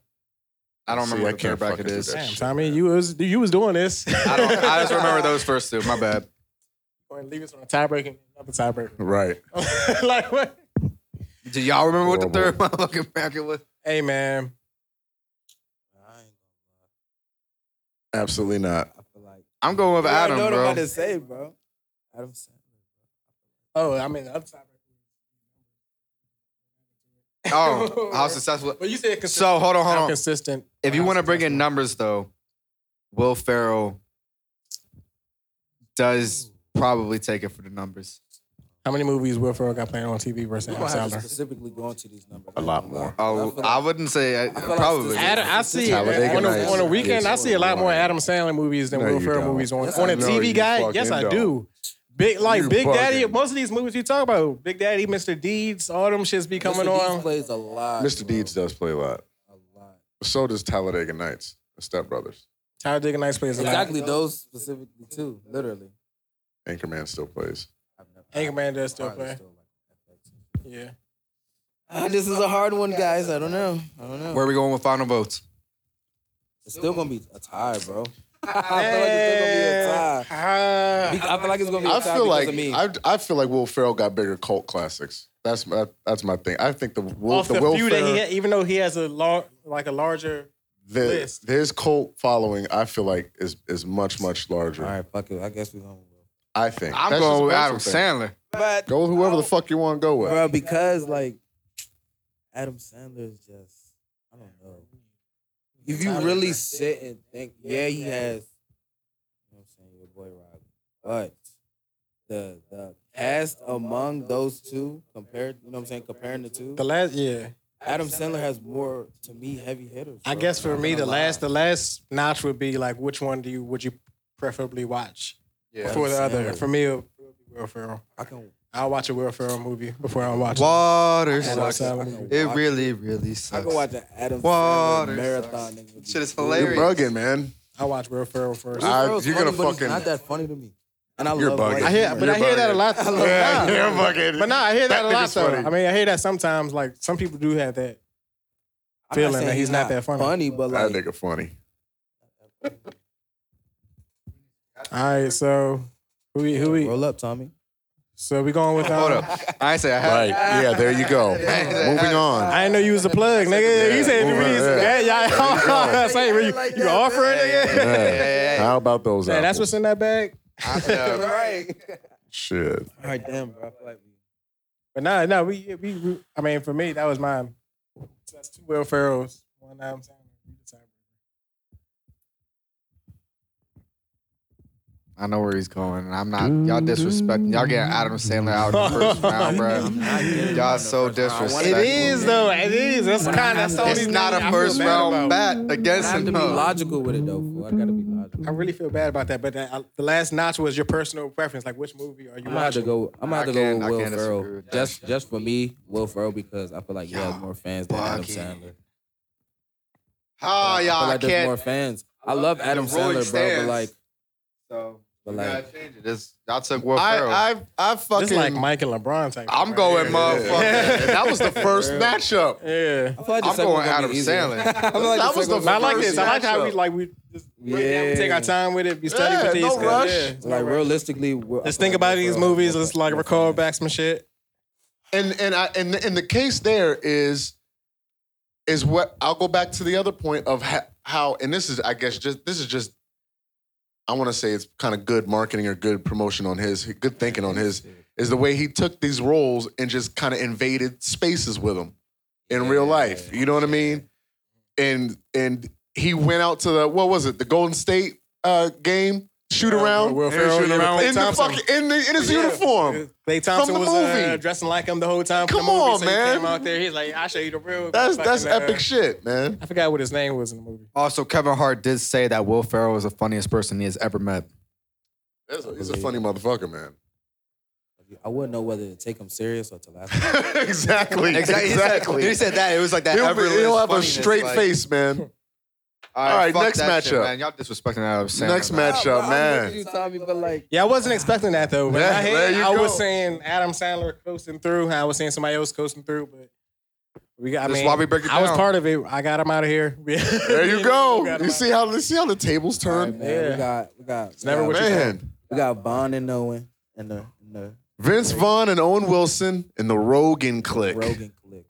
I don't
See,
remember
I
what the third
can't
bracket
fucking do
is.
that.
Damn,
shit,
Tommy,
man.
you was you was doing this.
I don't. I
(laughs)
just remember those first two. My bad.
Go ahead and leave us on a tiebreaker. Another tiebreaker. (laughs)
Right.
like what?
Do y'all remember what the third
Horrible.
(laughs) motherfucking bracket was?
Hey, man.
I ain't
Absolutely not.
gonna lie. I feel like.
I'm going with
You already
Adam,
know what I'm
bro.
about to say, bro. Adam Sandler.
Oh, I mean the other tiebreaker. (laughs)
Oh, how successful.
But you said consistent.
So hold on,
How
hold on.
consistent.
If you want to bring in numbers, though, Will Ferrell does probably take it for the numbers.
how many movies Will Ferrell got playing on TV versus
We
Adam
gonna have to
Sandler?
specifically go into these numbers.
A lot more.
Oh, I wouldn't say I,
feel like
probably.
this is-
Adam, I see on
Talladega
a,
Nights.
on a weekend. I see a lot more Adam Sandler movies than
No,
Will
you
Ferrell
don't.
movies on
Yes,
on
I
a
know
TV
you
guy.
fucking
Yes, I
don't.
do. Big like
You
Big Daddy.
bugging.
Most of these movies we talk about, Big Daddy, Mr. Deeds, all them shits be coming
Mr. Deeds
on.
plays a lot.
Mr.
bro.
Uh, Deeds does play a lot.
A lot.
So does Talladega Nights, the Step Brothers.
Talladega Nights plays a lot.
Exactly those specifically too. Literally.
Anchorman still plays.
I've never-
Anchorman does still
Why is it
play.
like
Yeah.
FX? Ah, this is a hard one, guys. I don't know. I don't know.
Where are we going with final votes?
It's still gonna be a tie, bro. (laughs) I feel like it's still gonna be a tie.
Ah,
Be- I feel like it's gonna be a tie
I feel
because
like
of me.
I, I feel like Will Ferrell got bigger cult classics. That's my, that's my thing. I think the Will,
off
the
the,
Will
few that he
Ferrell,
had, even though he has a lar- like a larger.
the,
list.
his cult following, I feel like is is much much larger.
All right, fuck it. I guess we're gonna.
I think
I'm
That's just
going with
a
Adam
thing.
Sandler.
But
Go with whoever the fuck you want to go with.
bro, because like Adam Sandler is just I don't know. If you really sit and think, yeah, he has. You know what I'm saying your boy Robbie, but the the cast among those two compared, you know what I'm saying, comparing the two,
The last, yeah.
Adam Sandler has more to me heavy hitters.
I
bro.
guess for
I'm
me,
not
the
gonna
last,
lie.
the last notch would be like, which one do you would you preferably watch
Yeah.
before the other?
Sandler.
For me, it would be Will Ferrell.
I can
I'll watch a Will Ferrell movie before I watch.
Water
Adam
sucks.
Sandler.
I can
It
watch-
really, really
I
sucks.
can watch an Adam
Water
Sandler marathon. and it would be
Shit is
cool.
You're
hilarious.
bugging, man.
I watch Will Ferrell first.
I-
Will Ferrell's
you're gonna
funny, but he's
fucking-
Not that funny to me. And I
You're
love
bugging.
white
I hear,
humor.
but I hear that a lot.
Yeah,
Nah.
you're bugging.
But nah, I hear that,
That
a lot.
nigga's
Though.
funny.
I mean, I hear that sometimes. Like some people do have that.
I'm not
feeling
saying
that he's not that funny.
Funny, but
that
like
nigga funny.
All right, so who we, who we?
roll up, Tommy.
So we going with? Um,
(laughs) Hold up. I ain't say I had
Right. Yeah, there you go. Moving on.
I didn't know you was a plug, nigga.
Yeah,
you said
move
you
on, yeah.
yeah, yeah.
There
(laughs) Say, you, you, you offering, nigga.
Yeah.
yeah, yeah.
How about those?
Hey, that's
apples?
what's in that bag.
uh,
Right.
shit.
All right, damn, bro. I feel like
But nah, nah, we, yeah, we, we I mean, for me, that was mine. So That's two Will Ferrells. One Adam Sandler.
I know where he's going. and I'm not. Y'all disrespecting. Y'all getting Adam Sandler out in the
(laughs)
first round, bro. Y'all so disrespectful.
It is though. It is. That's kind of that's the only
It's not
thing I
a
feel
first
bad about.
round bat against
I have to
him.
be
huh?
logical with it though. Fool. I gotta be logical.
I really
Mm-hmm.
feel bad about that. But that, I, the last notch was your personal preference. Like, which movie are you
I'm gonna have to
watching?
go. I'm gonna have
I
to go
can't- I
with Will
can't disagree
Ferrell.
with that.
Just, just for me, Will Ferrell because I feel like he has
Y'all
more fans than Adam
bugging.
Sandler.
Oh,
I feel
y'all
like there's more
can't.
fans. I love Adam
The Roy
Sandler, bro. But
stands.
like,
So,
but
you
like,
gotta change it. This- Y'all took Will Ferrell.
I I I
This
fucking.
like Mike and LeBron type.
I'm
right (laughs)
going
here.
motherfucker.
that was the first matchup.
Yeah.
I feel like the
I'm
second
going
one gonna
Adam
be easier.
Sandler.
(laughs) I feel
That
like the
was
(laughs)
second
the
one
But I
gonna
like
be
this. I like how we
matchup.
like we just break down, we take our
Yeah.
time with it. We study
Yeah,
for these.
no
cause-
rush.
yeah, it's no
Like
rush.
realistically, we're- I
Let's
feel
think
like
about
Will
these
Ferrell-
movies.
Will
Let's like
Ferrell-
recall back some shit.
And and I and and the case there is is what I'll go back to the other point of ha- how and this is I guess just this is just I want to say it's kind of good marketing or good promotion on his good thinking on his is the way he took these roles and just kind of invaded spaces with them in real life. You know what I mean? And and he went out to the what was it the Golden State uh, game shoot around
Will Ferrell,
in
yeah, Clay
the
Thompson.
fucking in, the, in his uniform.
Clay Thompson
the
was uh,
movie.
dressing like him the whole time. for
Come
the movie,
on,
so
man.
He came out there. He's like, I will show you the real.
That's
fucking,
that's
uh,
epic shit, man.
I forgot what his name was in the movie.
also, Kevin Hart did say that Will Ferrell is the funniest person he has ever (laughs) met.
That's he's a funny motherfucker, man. (laughs)
I wouldn't know whether to take him serious or to laugh.
exactly. Exactly.
He said- He said, that. It was like that.
He'll, be-
effortless
he'll have a
funniness,
straight
like-
face, man.
All
Alright,
fuck
next
that shit,
matchup.
man. Y'all disrespecting Adam Sandler.
Next
man.
matchup,
Bro, I'm with
man.
You Tommy, but like,
Yeah, I wasn't expecting that though. But
Yeah,
I, had-
there you
I was
go.
saying Adam Sandler coasting through. I was saying somebody else coasting through, but we got. I
That's
mean,
why we break it
I was
down.
part of it. I got him out of here. (laughs)
There you
We
go.
got him
You
out.
see how you see how the tables
all right,
turn,
man,
Yeah.
we got, we got, it's
never
we
what
got,
you
man.
we got Bond and Owen and the, and the
Vince Vaughn and Owen Wilson and the Rogan clique.
Rogan clique.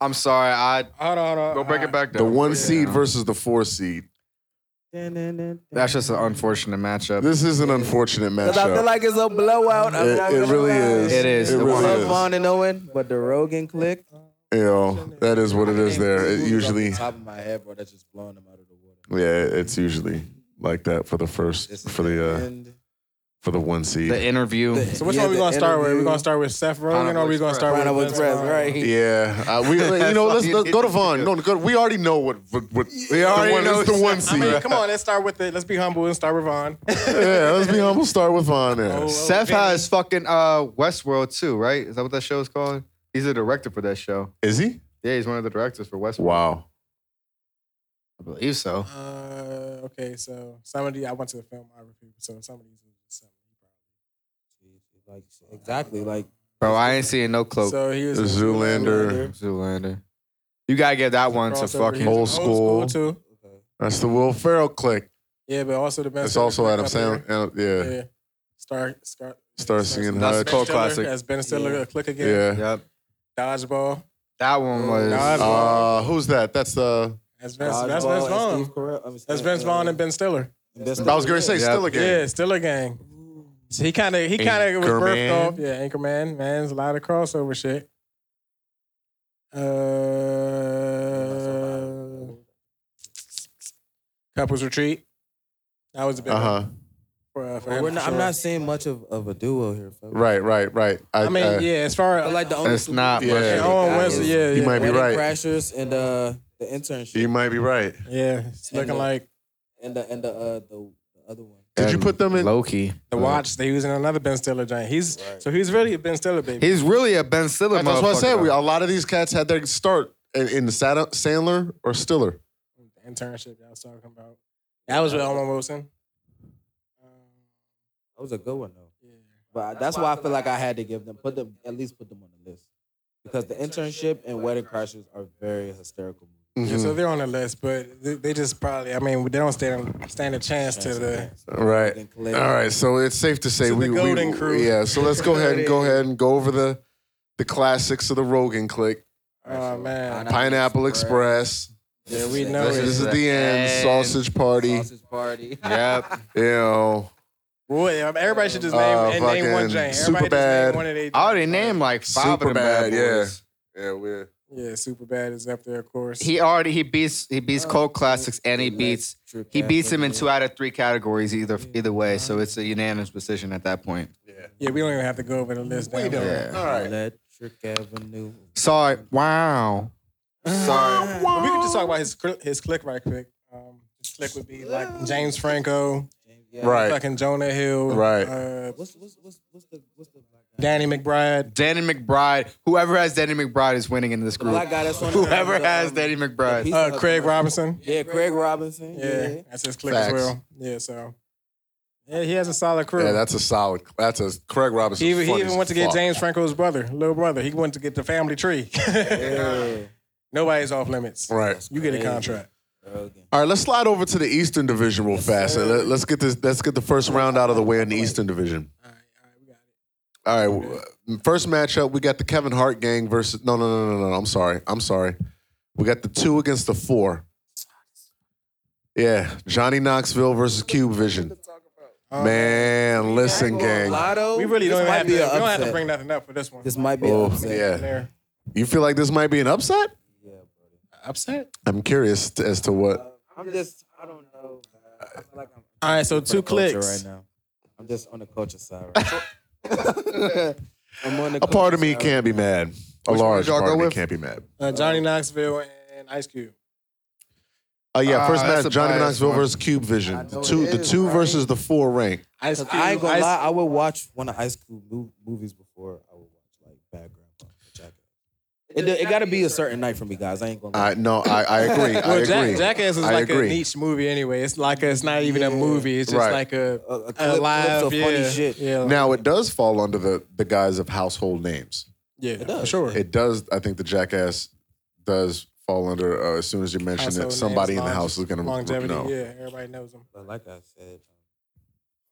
I'm sorry. I
Hold on, hold on.
go break it back down.
The one
Yeah.
seed versus the four seed.
That's just an unfortunate matchup.
This is an unfortunate
Cause I feel
matchup.
like it's a blowout. I'm
It-
not
it
gonna
really
lie.
is.
It is.
It
The
really
one-
Love
is.
Vaughn and Owen, but the Rogan clique.
You know, that is what it is there. It usually,
top of my head, bro. That's just blowing them out of the water.
yeah, it's usually like that for the
This
first,
is
for the uh,
end.
for the one
The
seed.
interview.
The-
So which
yeah,
one are we
the
gonna start with? We're
interview.
gonna start with Seth Rogen,
Pineapple
or we gonna
Express.
start
Pineapple
with Vince
Express,
Vaughn?
right?
Yeah, uh, we you know let's, let's go to Vaughn. No, go to, we already know what, what, what
We already
the one,
know
it's the one
Seth.
I
seed.
mean, come on, let's start with it. Let's be humble and start with Vaughn.
yeah, let's be humble. Start with Vaughn there.
Oh, well.
Seth has fucking uh, Westworld too, right? Is that what that show is called? He's the director for that show.
Is he?
Yeah, he's one of the directors for Westworld.
Wow.
I believe so.
Uh, okay, so some of the I went to the film I review, so some of these are just something.
Like exactly, like
Bro, I ain't seeing no cloak.
So he was
Zoolander.
Zoolander. You gotta get that one to
Crossover, he
fucking.
was in
Old School.
too.
okay.
That's the Will Ferrell click.
Yeah, but also the best.
It's also Adam
Sandler.
Sandler. Adam- Yeah.
Yeah. Star, Scar,
Start singing
That's
Hutch.
a cult
Stiller
classic.
As Ben Stiller,
Yeah.
a click again.
Yeah.
Yep.
Dodgeball.
That one was.
God.
Uh, who's that? That's uh,
That's Vince, that's
Dodgeball
Vince
and
Vaughn.
Steve Carell. I mean,
That's Vince Vaughn and Ben Stiller.
and Ben
I was gonna say
Yeah.
Stiller
Yeah,
Game.
Stiller gang. So he kind of he kind of was birthed
Anchorman.
off. Yeah, Anchorman. Man, there's a lot of crossover shit. Uh, couples retreat. That was a big
Uh
uh
huh.
for, uh, for
Well,
him.
we're
for
not, I'm
sure.
not seeing much of, of a duo here. Folks.
Right, right, right. I,
I mean,
uh,
yeah, as far
But
as
like the only
It's
two
not
people-
much. Yeah,
yeah, Owen
that
Wilson,
is
yeah,
He
yeah.
might be
Wedding
right.
Crashers and uh, the internship.
You might be right.
Yeah, it's
And
looking
the-
like
and the and the uh, the, the other one.
Did you
and
put them in?
Loki?
the watch. They using another Ben Stiller giant. He's so he's really a Ben Stiller baby.
He's really a Ben Stiller.
That's what I
motherfucker,
said. We,
though.
a lot of these cats had their start in, in the Sad- Sandler or Stiller.
The internship that I was talking about. That was with Owen Wilson. Um,
That was a good one though.
yeah.
But uh, that's, why I feel like I had to give them put them at least put them on the list because the internship and Wedding Crashers are very hysterical movies.
Mm-hmm.
Yeah, so they're on the list, but they, they just probably. I mean, they don't stand stand a chance to the.
Right.
Then
All
Claire.
right. So it's safe to say
To the
we, we-
Golden Crew.
Yeah. So let's go ahead and go ahead and go over the the classics of the Rogan click.
Oh man,
Pineapple Express.
yeah, we
it.
know
This,
it.
is the end. Sausage Party.
Sausage party.
(laughs)
Yep.
You know.
Boy, um, everybody should just name
Uh,
and name one
fucking
giant. Everybody
Superbad.
just name one of they.
I already named like five of them. bad
Superbad, yeah.
boys.
Yeah. We're
Yeah, super bad is up there, of course.
He already he beats he beats
Oh,
Cold Classics and he beats he beats him in two out of three categories either either way. So it's a unanimous decision at that point.
yeah, we don't even have to go over the list. We
don't.
Yeah.
All right.
Electric Avenue.
Sorry. Wow.
(laughs)
Sorry.
But we can just talk about his cl- his click right quick. Um, his click would be like James Franco,
Yeah.
Right.
fucking Jonah Hill,
Right.
Uh,
What's what's what's what's the what's the black guy?
Danny McBride.
Danny McBride. Whoever has Danny McBride is winning in this
The
group.
black guy that's on the-
Whoever
the,
has
um,
Danny McBride.
He's
Uh,
a-
Craig Robinson.
Yeah, Craig Robinson.
Yeah,
Yeah.
that's his click
Facts.
as well. Yeah, so yeah, he has a solid crew.
Yeah. That's a solid. That's a Craig Robinson.
He even, he
funny
even
as
went to get
fuck.
James Franco's brother, little brother. He went to get the family tree.
Yeah.
(laughs) Nobody's off limits.
Right.
You get a contract.
Rogan.
All right. Let's slide over to the Eastern Division real fast.
sir.
Let, us get this. Let's get the first round out of the way in the Eastern Division.
All right, all right, we got it.
All right. w- uh, First matchup, we got the Kevin Hart gang versus. No, no, no, no, no. no, I'm sorry. I'm sorry. We got the two against the four. Yeah, Johnny Knoxville versus Cube Vision.
Um,
Man, listen, gang.
Lotto.
we really
this
don't
might
have to.
be
We
an
don't have to
upset.
bring nothing up for this one.
This might be.
Oh,
an upset.
yeah. You feel like this might be an upset?
Yeah, buddy.
Upset.
I'm curious t- as to what.
I'm just. I don't know. man. I feel like I'm
All right, so two
for the culture
clicks.
right now. I'm just on the culture side right
(laughs)
now. I'm on the
A part of
culture
me
side.
can't be mad. A
Which one
large
did y'all
part
go
of me
with?
can't be mad.
Uh, Johnny Knoxville and Ice Cube.
Oh yeah, first
Ah, that's
match:
a
Johnny
biased
Knoxville
one.
versus Cube
I
Vision. The
know
two,
it
the
is,
two
right?
versus the four rank.
Ice
'Cause
Cube.
I ain't gonna
Ice-
lie, I would watch one of High School mo- movies before I would watch like Bad Grandpa. or Jackass. It, do- it got to be a certain night for me, guys. I ain't gonna.
I
Lie.
no, I,
(laughs)
I agree. I
Well,
agree.
Jack, Jackass is
I
like
agree.
a niche movie anyway. It's like a, it's not even a
Yeah.
movie. It's just
Right.
like a,
A, a clip,
a
clips
live
of
yeah,
funny shit.
Yeah,
Now it does fall under the the guise of household names.
yeah, for
does.
sure.
It does. I think the jackass does fall under. Uh, as soon as you mention
Household
it, somebody
names,
in the
longe-
house is going to
longevity.
know.
Yeah, everybody knows him.
But like I said, um, as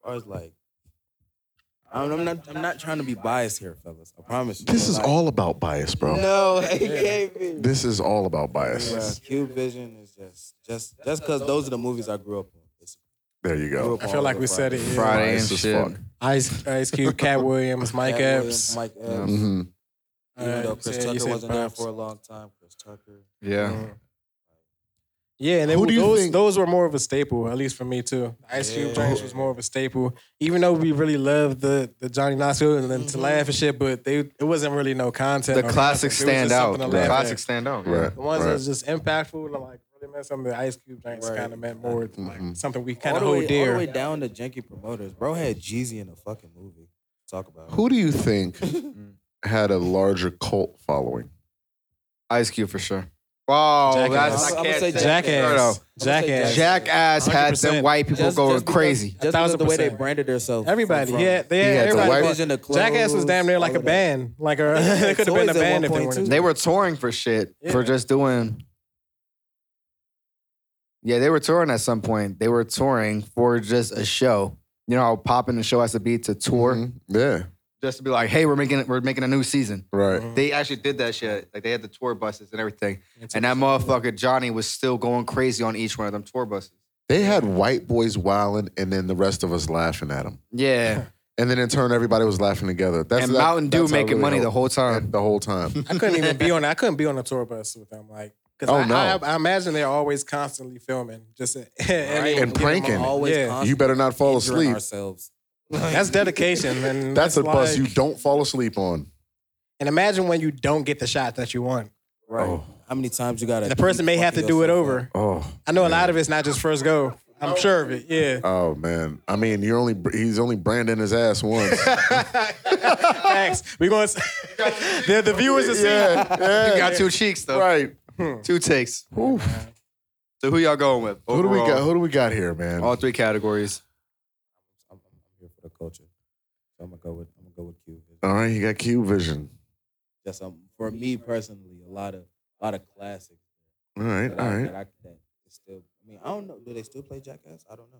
far as like, I'm, I'm not. I'm not trying to be biased here, fellas. I promise you.
This is
Like,
all about bias, bro.
No, (laughs) it can't be.
This is all about bias.
Bruh, Cube Vision is just just just because those are the movies I grew up on. It's
There you
grew
go.
up
I
on
feel like we
Oliver
said it.
Bryant.
yeah.
Friday
Bias
and
as
shit.
fuck.
Ice Ice Cube,
(laughs)
Cat Williams, Mike
Cat Williams,
Epps.
Mike Epps.
Mhm.
Even though
Uh,
Chris
yeah, you
Tucker
said
wasn't there
Pops.
for a long time, Chris Tucker.
Yeah.
Yeah, and they,
Who
were-
do you
those
think-
those were more of a staple, at least for me too. Ice Cube
Yeah.
James was more of a staple, even though we really loved the the Johnny Knoxville and then
Mm-hmm.
to laugh and shit, but they it wasn't really no content.
The
or
classics
nothing. It was
stand
just
out.
something to
The
laugh
classics
at.
stand out.
Right.
The ones
right.
that was just impactful and like really meant something that Ice Cube Giants
Right.
kind of meant more to, like
Mhm.
something we kind of
all, the
hold
way, all the way
dear.
down to janky promoters. Bro had Jeezy in a fucking movie. Talk about it.
Who do you
(laughs)
think had a larger cult following?
Ice Cube for sure. Wow,
Jackass.
that's
I'ma-
I
I'ma
can't
say
say
Jackass,
that.
Jackass,
Jackass had them
100%.
white people going
because-
crazy.
Just because of the way they
1000%.
branded themselves.
Everybody,
from-
yeah, they
He
had
had the
everybody.
white-
was-
Vision, the
Jackass was damn near
clothes,
like a
all of that.
band. Like
(laughs)
a, (laughs)
had
it could have been a
toys at
band
one
if they
point,
weren't.
too.
They were touring for shit
Yeah.
for just doing Yeah, they were touring at some point. They were touring for just a show. You know, I'll pop in the show has to be to tour
Mhm. Yeah,
just to be like, hey, we're making we're making a new season.
Mm-hmm.
right.
They actually did that shit. Like they had the tour buses and everything.
It's
And that motherfucker Johnny was still going crazy on each one of them tour buses.
They had white boys wilding, and then the rest of us laughing at them.
(laughs)
Yeah.
And then in turn, everybody was laughing together. That's
and
that-
Mountain Dew
that's how I
making
really
money the
hope.
(laughs)
whole
(laughs)
time.
the whole time.
(laughs) I couldn't even
(laughs)
be on. I couldn't be on a tour bus with them. Like, because
Oh,
I,
no.
I, I imagine they're always constantly filming. Just (laughs) at, any-
(laughs)
And pranking.
Always
Yeah.
(laughs) constantly
You better not fall
injuring
asleep.
Ourselves.
That's dedication. And
That's a
it's
bus
like-
you don't fall asleep on.
And imagine when you don't get the shot that you want.
Right. How many times you gotta?
The person may have to do it over.
Oh,
I know a lot of it's not just first go. I'm sure of it.
(laughs)
Yeah.
oh man. I mean, you're only he's only branding his ass once.
Facts. We're going to. the, the (laughs) viewers are seeing.
yeah, yeah,
You got two cheeks though.
right.
(laughs) Two takes.
Oof.
So who y'all going with?
Who do we
Overall,
got? Who do we got here, man?
All three categories.
I'm, I'm here for the culture. So I'm gonna go with I'm gonna go with Q.
All right, you got Q Vision.
That's um, for me personally. A lot of a lot of classics
All right,
that,
all
I,
right.
that I that is still. I mean, I don't know. Do they still play Jackass? I don't know.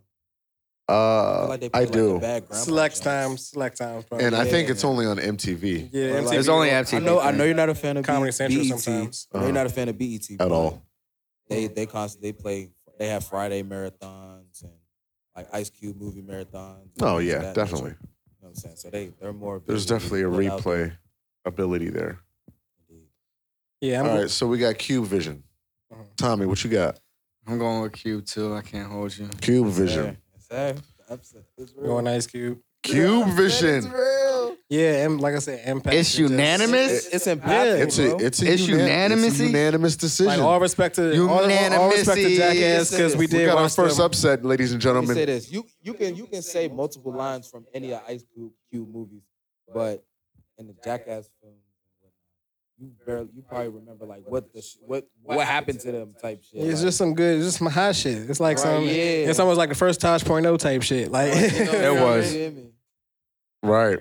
I, feel
Uh,
like they play,
I
like, the
do,
bad grandpa
Select
jokes.
times. Select times. Probably.
and I think
Yeah.
it's only on MTV
yeah,
Or like-
MTV
There's only
World-
I
MTV.
know. I know you're not a fan of
Comedy
B-
Central
BET.
sometimes.
I know you're not a fan of BET
at
but
all.
They they constantly they play. They have Friday marathons and like Ice Cube movie marathons. and
Oh
things of
yeah,
that
definitely.
nature. You know what I'm saying? So they they're more.
There's
visually
definitely a
E put out
replay ability there.
there.
Yeah.
All
I'm
right, so we got Cube Vision.
Mhm.
Tommy, what you got?
I'm going with Q too. I can't hold you.
Cube
Yes, sir.
Vision.
Yes, sir. The upset is real.
going Ice Cube.
Cube Vision.
Yeah. And like I said, Impact.
It's
is just-
unanimous?
It's, it's impactful.
It's a
bro.
it's a,
It's
unan- it's
unanimous-y?
a unanimous decision.
Like all respect to all, all, all respect to
Unanimity.
Jackass
Yes,
because we
it is.
we
did
got our
watch
first
them.
upset, ladies and
Let me say
gentlemen.
this. You you can you can say multiple lines from any of Ice Cube Cube movies, but in the Jackass film, you barely you probably remember like what the sh- what what happened to them type shit.
It's
like,
just some good, it's just some hot shit. It's like
Right,
some,
yeah.
it's almost like the first Tosh Point O type shit. Like,
you know,
It
you
(laughs)
know what
was.
I mean?
Right.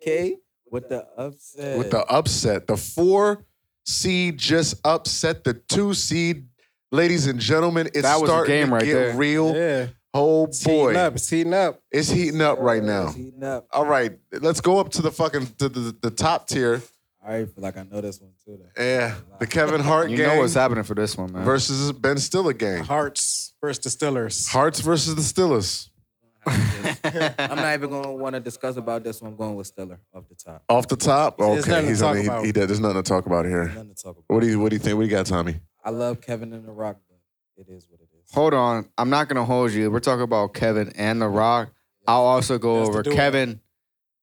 okay with the upset
With the upset. The four seed just upset the two seed. Ladies and gentlemen, it's
That was a
starting
game
to
right
get
there.
real.
yeah,
Oh
it's
boy.
heating up, it's heating up.
It's heating up right now.
It's heating up.
All right. Let's go up to the fucking to the, the top tier.
I already feel like I know this one too. Though.
Yeah. The Kevin Hart
You
gang
know what's happening for this one,
(laughs)
man.
versus Ben Stiller gang.
Hearts versus distillers.
Hearts versus the Stillers.
I'm not even gonna want to discuss about this one. I'm going with Stellar off the top.
Off the top.
There's
Okay.
nothing to
He's
talk
on, he,
about.
he, there's nothing to talk about here.
Nothing to talk about.
What do you what do you think? What do you got, Tommy?
I love Kevin and The Rock, but it is what it is.
hold on. I'm not gonna hold you. We're talking about Kevin and The Rock. I'll also go
That's the
over
duo.
Kevin,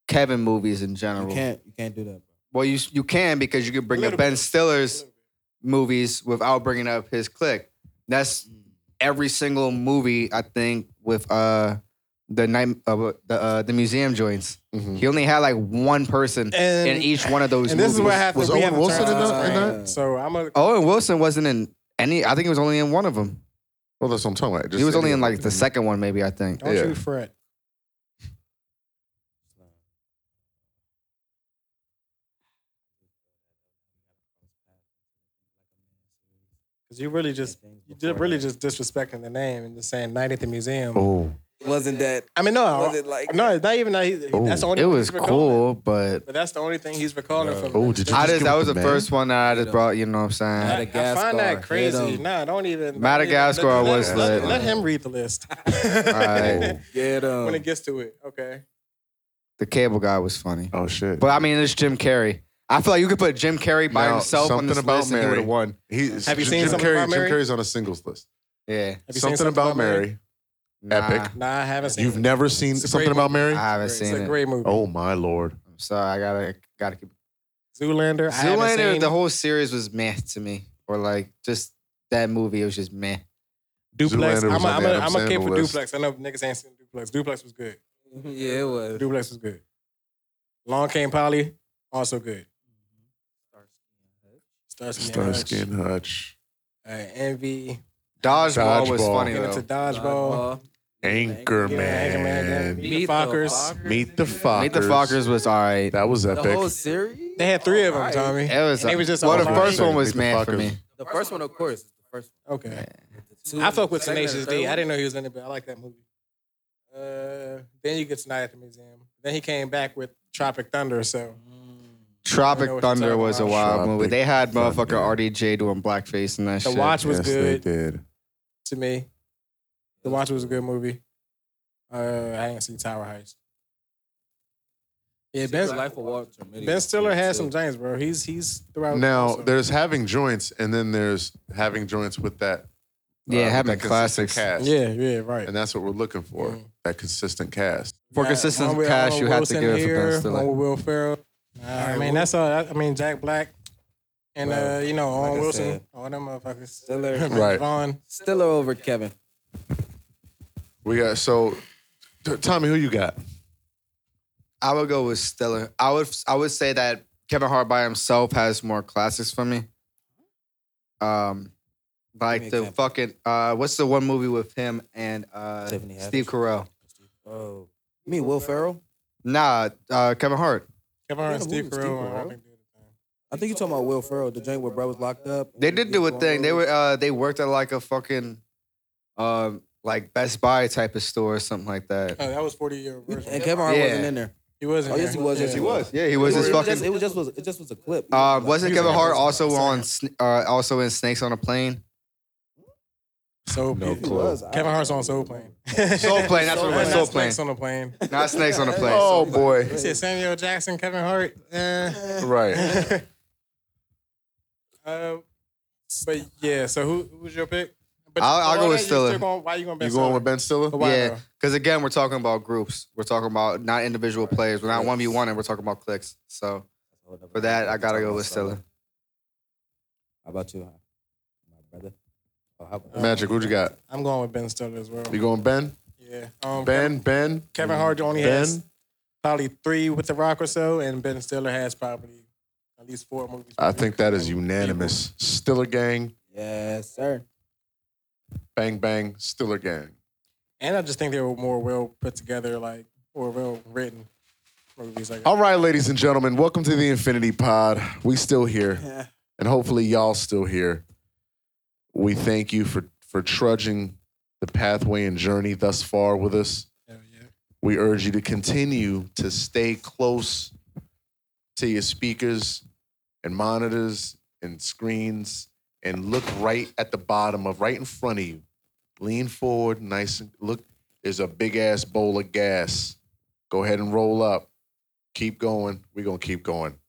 Kevin movies in general.
You can't you can't do that.
Well, you you can because you can bring up
little
Ben
bit.
Stiller's movies without bringing up his clique. That's every single movie I think with uh the night uh, the uh, the museum joints.
Mhm.
He only had like one person
And-
in each one of those.
And this
movies.
is what happens.
was
we
Owen
haven't
Wilson
turned
in
on
that-
in
screen.
that?
So I'm a
Owen Wilson wasn't in any. I think he was only in one of them.
Well, that's what I'm talking about.
he
Just
was only
any-
in like the second one, maybe I think.
don't
Yeah.
you fret. Cause you really just you did really just disrespecting the name and just saying night at the museum.
Oh.
Wasn't that?
I mean, no,
Was it like-
no, it's not even that. He, that's the only
Oh. It
thing
was
he's recalling.
cool, but
but that's the only thing he's recalling from.
Oh, did you
I
just
just
give
that
it
was
to
the
man?
first one that I just brought. You know what I'm saying?
I, I find
Madagascar,
that crazy.
hit 'em.
Nah, don't even. don't even-
Madagascar
let-
was
let, let,
lit.
let him read the list.
right.
Get um,
when it gets to it, okay.
The cable guy was funny,
Oh shit.
but I mean, it's Jim Carrey. I feel like you could put Jim Carrey by
Now,
himself on
something
this
about
list and he would
Mary.
have won.
He's,
Have you
Jim
seen Something
Carrey,
About Mary?
Jim Carrey's on a singles list.
Yeah,
Have you seen
Something, about Mary. Epic.
Nah, I haven't seen.
You've
it.
never seen
It's a
something
great
about
I
Mary?
haven't
It's
seen
a
it.
great movie.
oh my lord.
I'm sorry, I gotta gotta keep.
Zoolander. I haven't
Zoolander,
seen.
the whole series was meh to me, or like just that movie. It was just meh.
Duplex.
Zoolander
I'm
was
a,
on
I'm
the
a,
Adam
I'm a kid
Sandler
for
list.
Duplex. I know niggas ain't seen Duplex. Duplex was good.
yeah, it was.
Duplex was good. Long Came Polly, also good. Starsky,
Starsky
and Hutch.
and Hutch.
Alright, Envy.
Dodgeball, was
Dodgeball.
funny
Get into
though.
Dodgeball. Anchorman,
Anchorman.
yeah. Meet the Fockers.
Meet the Fockers.
Meet the Fockers was all right.
That was
The
epic.
whole series.
They had three of them,
Alright.
Tommy.
It was.
And they was just
well, the
all
first
right.
one was
Meet the
meh for
Fockers.
me.
The first one, of course, is the first
Okay.
one. Two-
I fuck with
second and
Tenacious
third
D. I
one?
didn't know he was in it, but I like that movie. Uh, then you get Tonight at the Museum. Then he came back with Tropic Thunder. So
Mm,
I know
Tropic
what you're
Thunder
talking
was a
about.
wild
Tropic
movie. They had motherfucker
Thunder.
RDJ doing blackface and that
The
shit.
Watch was
yes,
good
they did.
to me. The Watch was a good movie. Uh, I didn't see Tower Heist. Yeah,
Secret
Ben,
Life of Walter Mitty.
ben Stiller has some
Too.
giants, bro. He's he's throughout.
Now
so-
there's having joints, and then there's having joints with that. uh,
Yeah,
with
having
that consistent
classics.
Cast.
yeah, yeah, right.
and that's what we're looking for.
Mhm.
That consistent cast.
For
Yeah,
consistent
one with
cash,
Owen
you have to
Wilson
give it for
here,
Ben Stiller.
One with Will Ferrell. Uh, I mean, that's all. I, I mean, Jack Black, and
Well,
uh, you know, Owen
like I
Wilson,
said,
all them motherfuckers. (laughs)
Stiller,
Right.
Vaughn.
Stiller over Kevin.
We got so. T- Tommy, who you got?
I would go with Stiller. I would I would say that Kevin Hart by himself has more classics for me. Um,
me
like
an
the
example.
fucking uh, what's the one movie with him and uh
Tiffany Haddish.
Steve Carell?
Oh, you mean Will Ferrell?
Nah, uh, Kevin Hart.
Kevin Hart and
Yeah, who
Steve
was Steve
Carell. I
Carell?
don't think they did a thing.
I think you're talking about Will Ferrell, the joint where bro was locked up.
They did do a thing. They were uh, they worked at like a fucking um like Best Buy type of store or something like that.
Oh, that was 40 year version.
And Kevin Hart
Yeah.
wasn't in there.
He wasn't.
Oh, yes, he
there.
was, yes, he was.
Yeah, he was
it
just
was
fucking.
Just, it was just was it just was a clip.
Uh, wasn't
He was
Kevin
in
Hart
Amazon.
also
Sorry.
on Sn- uh, also in Snakes on a Plane?
Soul
No
Plane.
He
clue.
was.
Kevin Hart's on Soul Plane.
Soul Plane. That's what it was. Soul
Soul
Plane.
Plane. on the plane.
Not Snakes
(laughs)
on a Plane.
Oh boy!
He said Samuel Jackson, Kevin Hart. Eh. (laughs)
Right.
um, but yeah, so who who's your pick? But
I'll- I'll
all
go with
that, you
Stiller.
still going- Why you going? Ben
You going
Stiller?
with Ben Stiller?
But why
Yeah,
though?
because again, we're talking about groups. We're talking about not individual players. We're not one v one, and we're talking about clicks. So for that, I gotta go with Stiller.
How about you, uh, my brother? Oh, how about
Magic, who you got?
I'm going with Ben Stiller as well.
You going Ben?
Yeah. Um,
Ben? Ben?
Kevin Hart only
Ben?
has probably three with The Rock or so, and Ben Stiller has probably at least four movies.
I think that is unanimous. Stiller gang,
Yes, sir.
bang bang, Stiller gang.
And I just think they were more well put together, like or well written movies. Like
All right, ladies and gentlemen, welcome to the Infinity Pod. We still here.
Yeah.
and hopefully y'all still here. We thank you for for trudging the pathway and journey thus far with us.
Hell yeah.
We urge you to continue to stay close to your speakers and monitors and screens and look right at the bottom of right in front of you. Lean forward, nice and look. There's a big ass bowl of gas. Go ahead and roll up. Keep going. We're gonna keep going.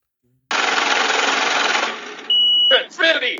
Infinity!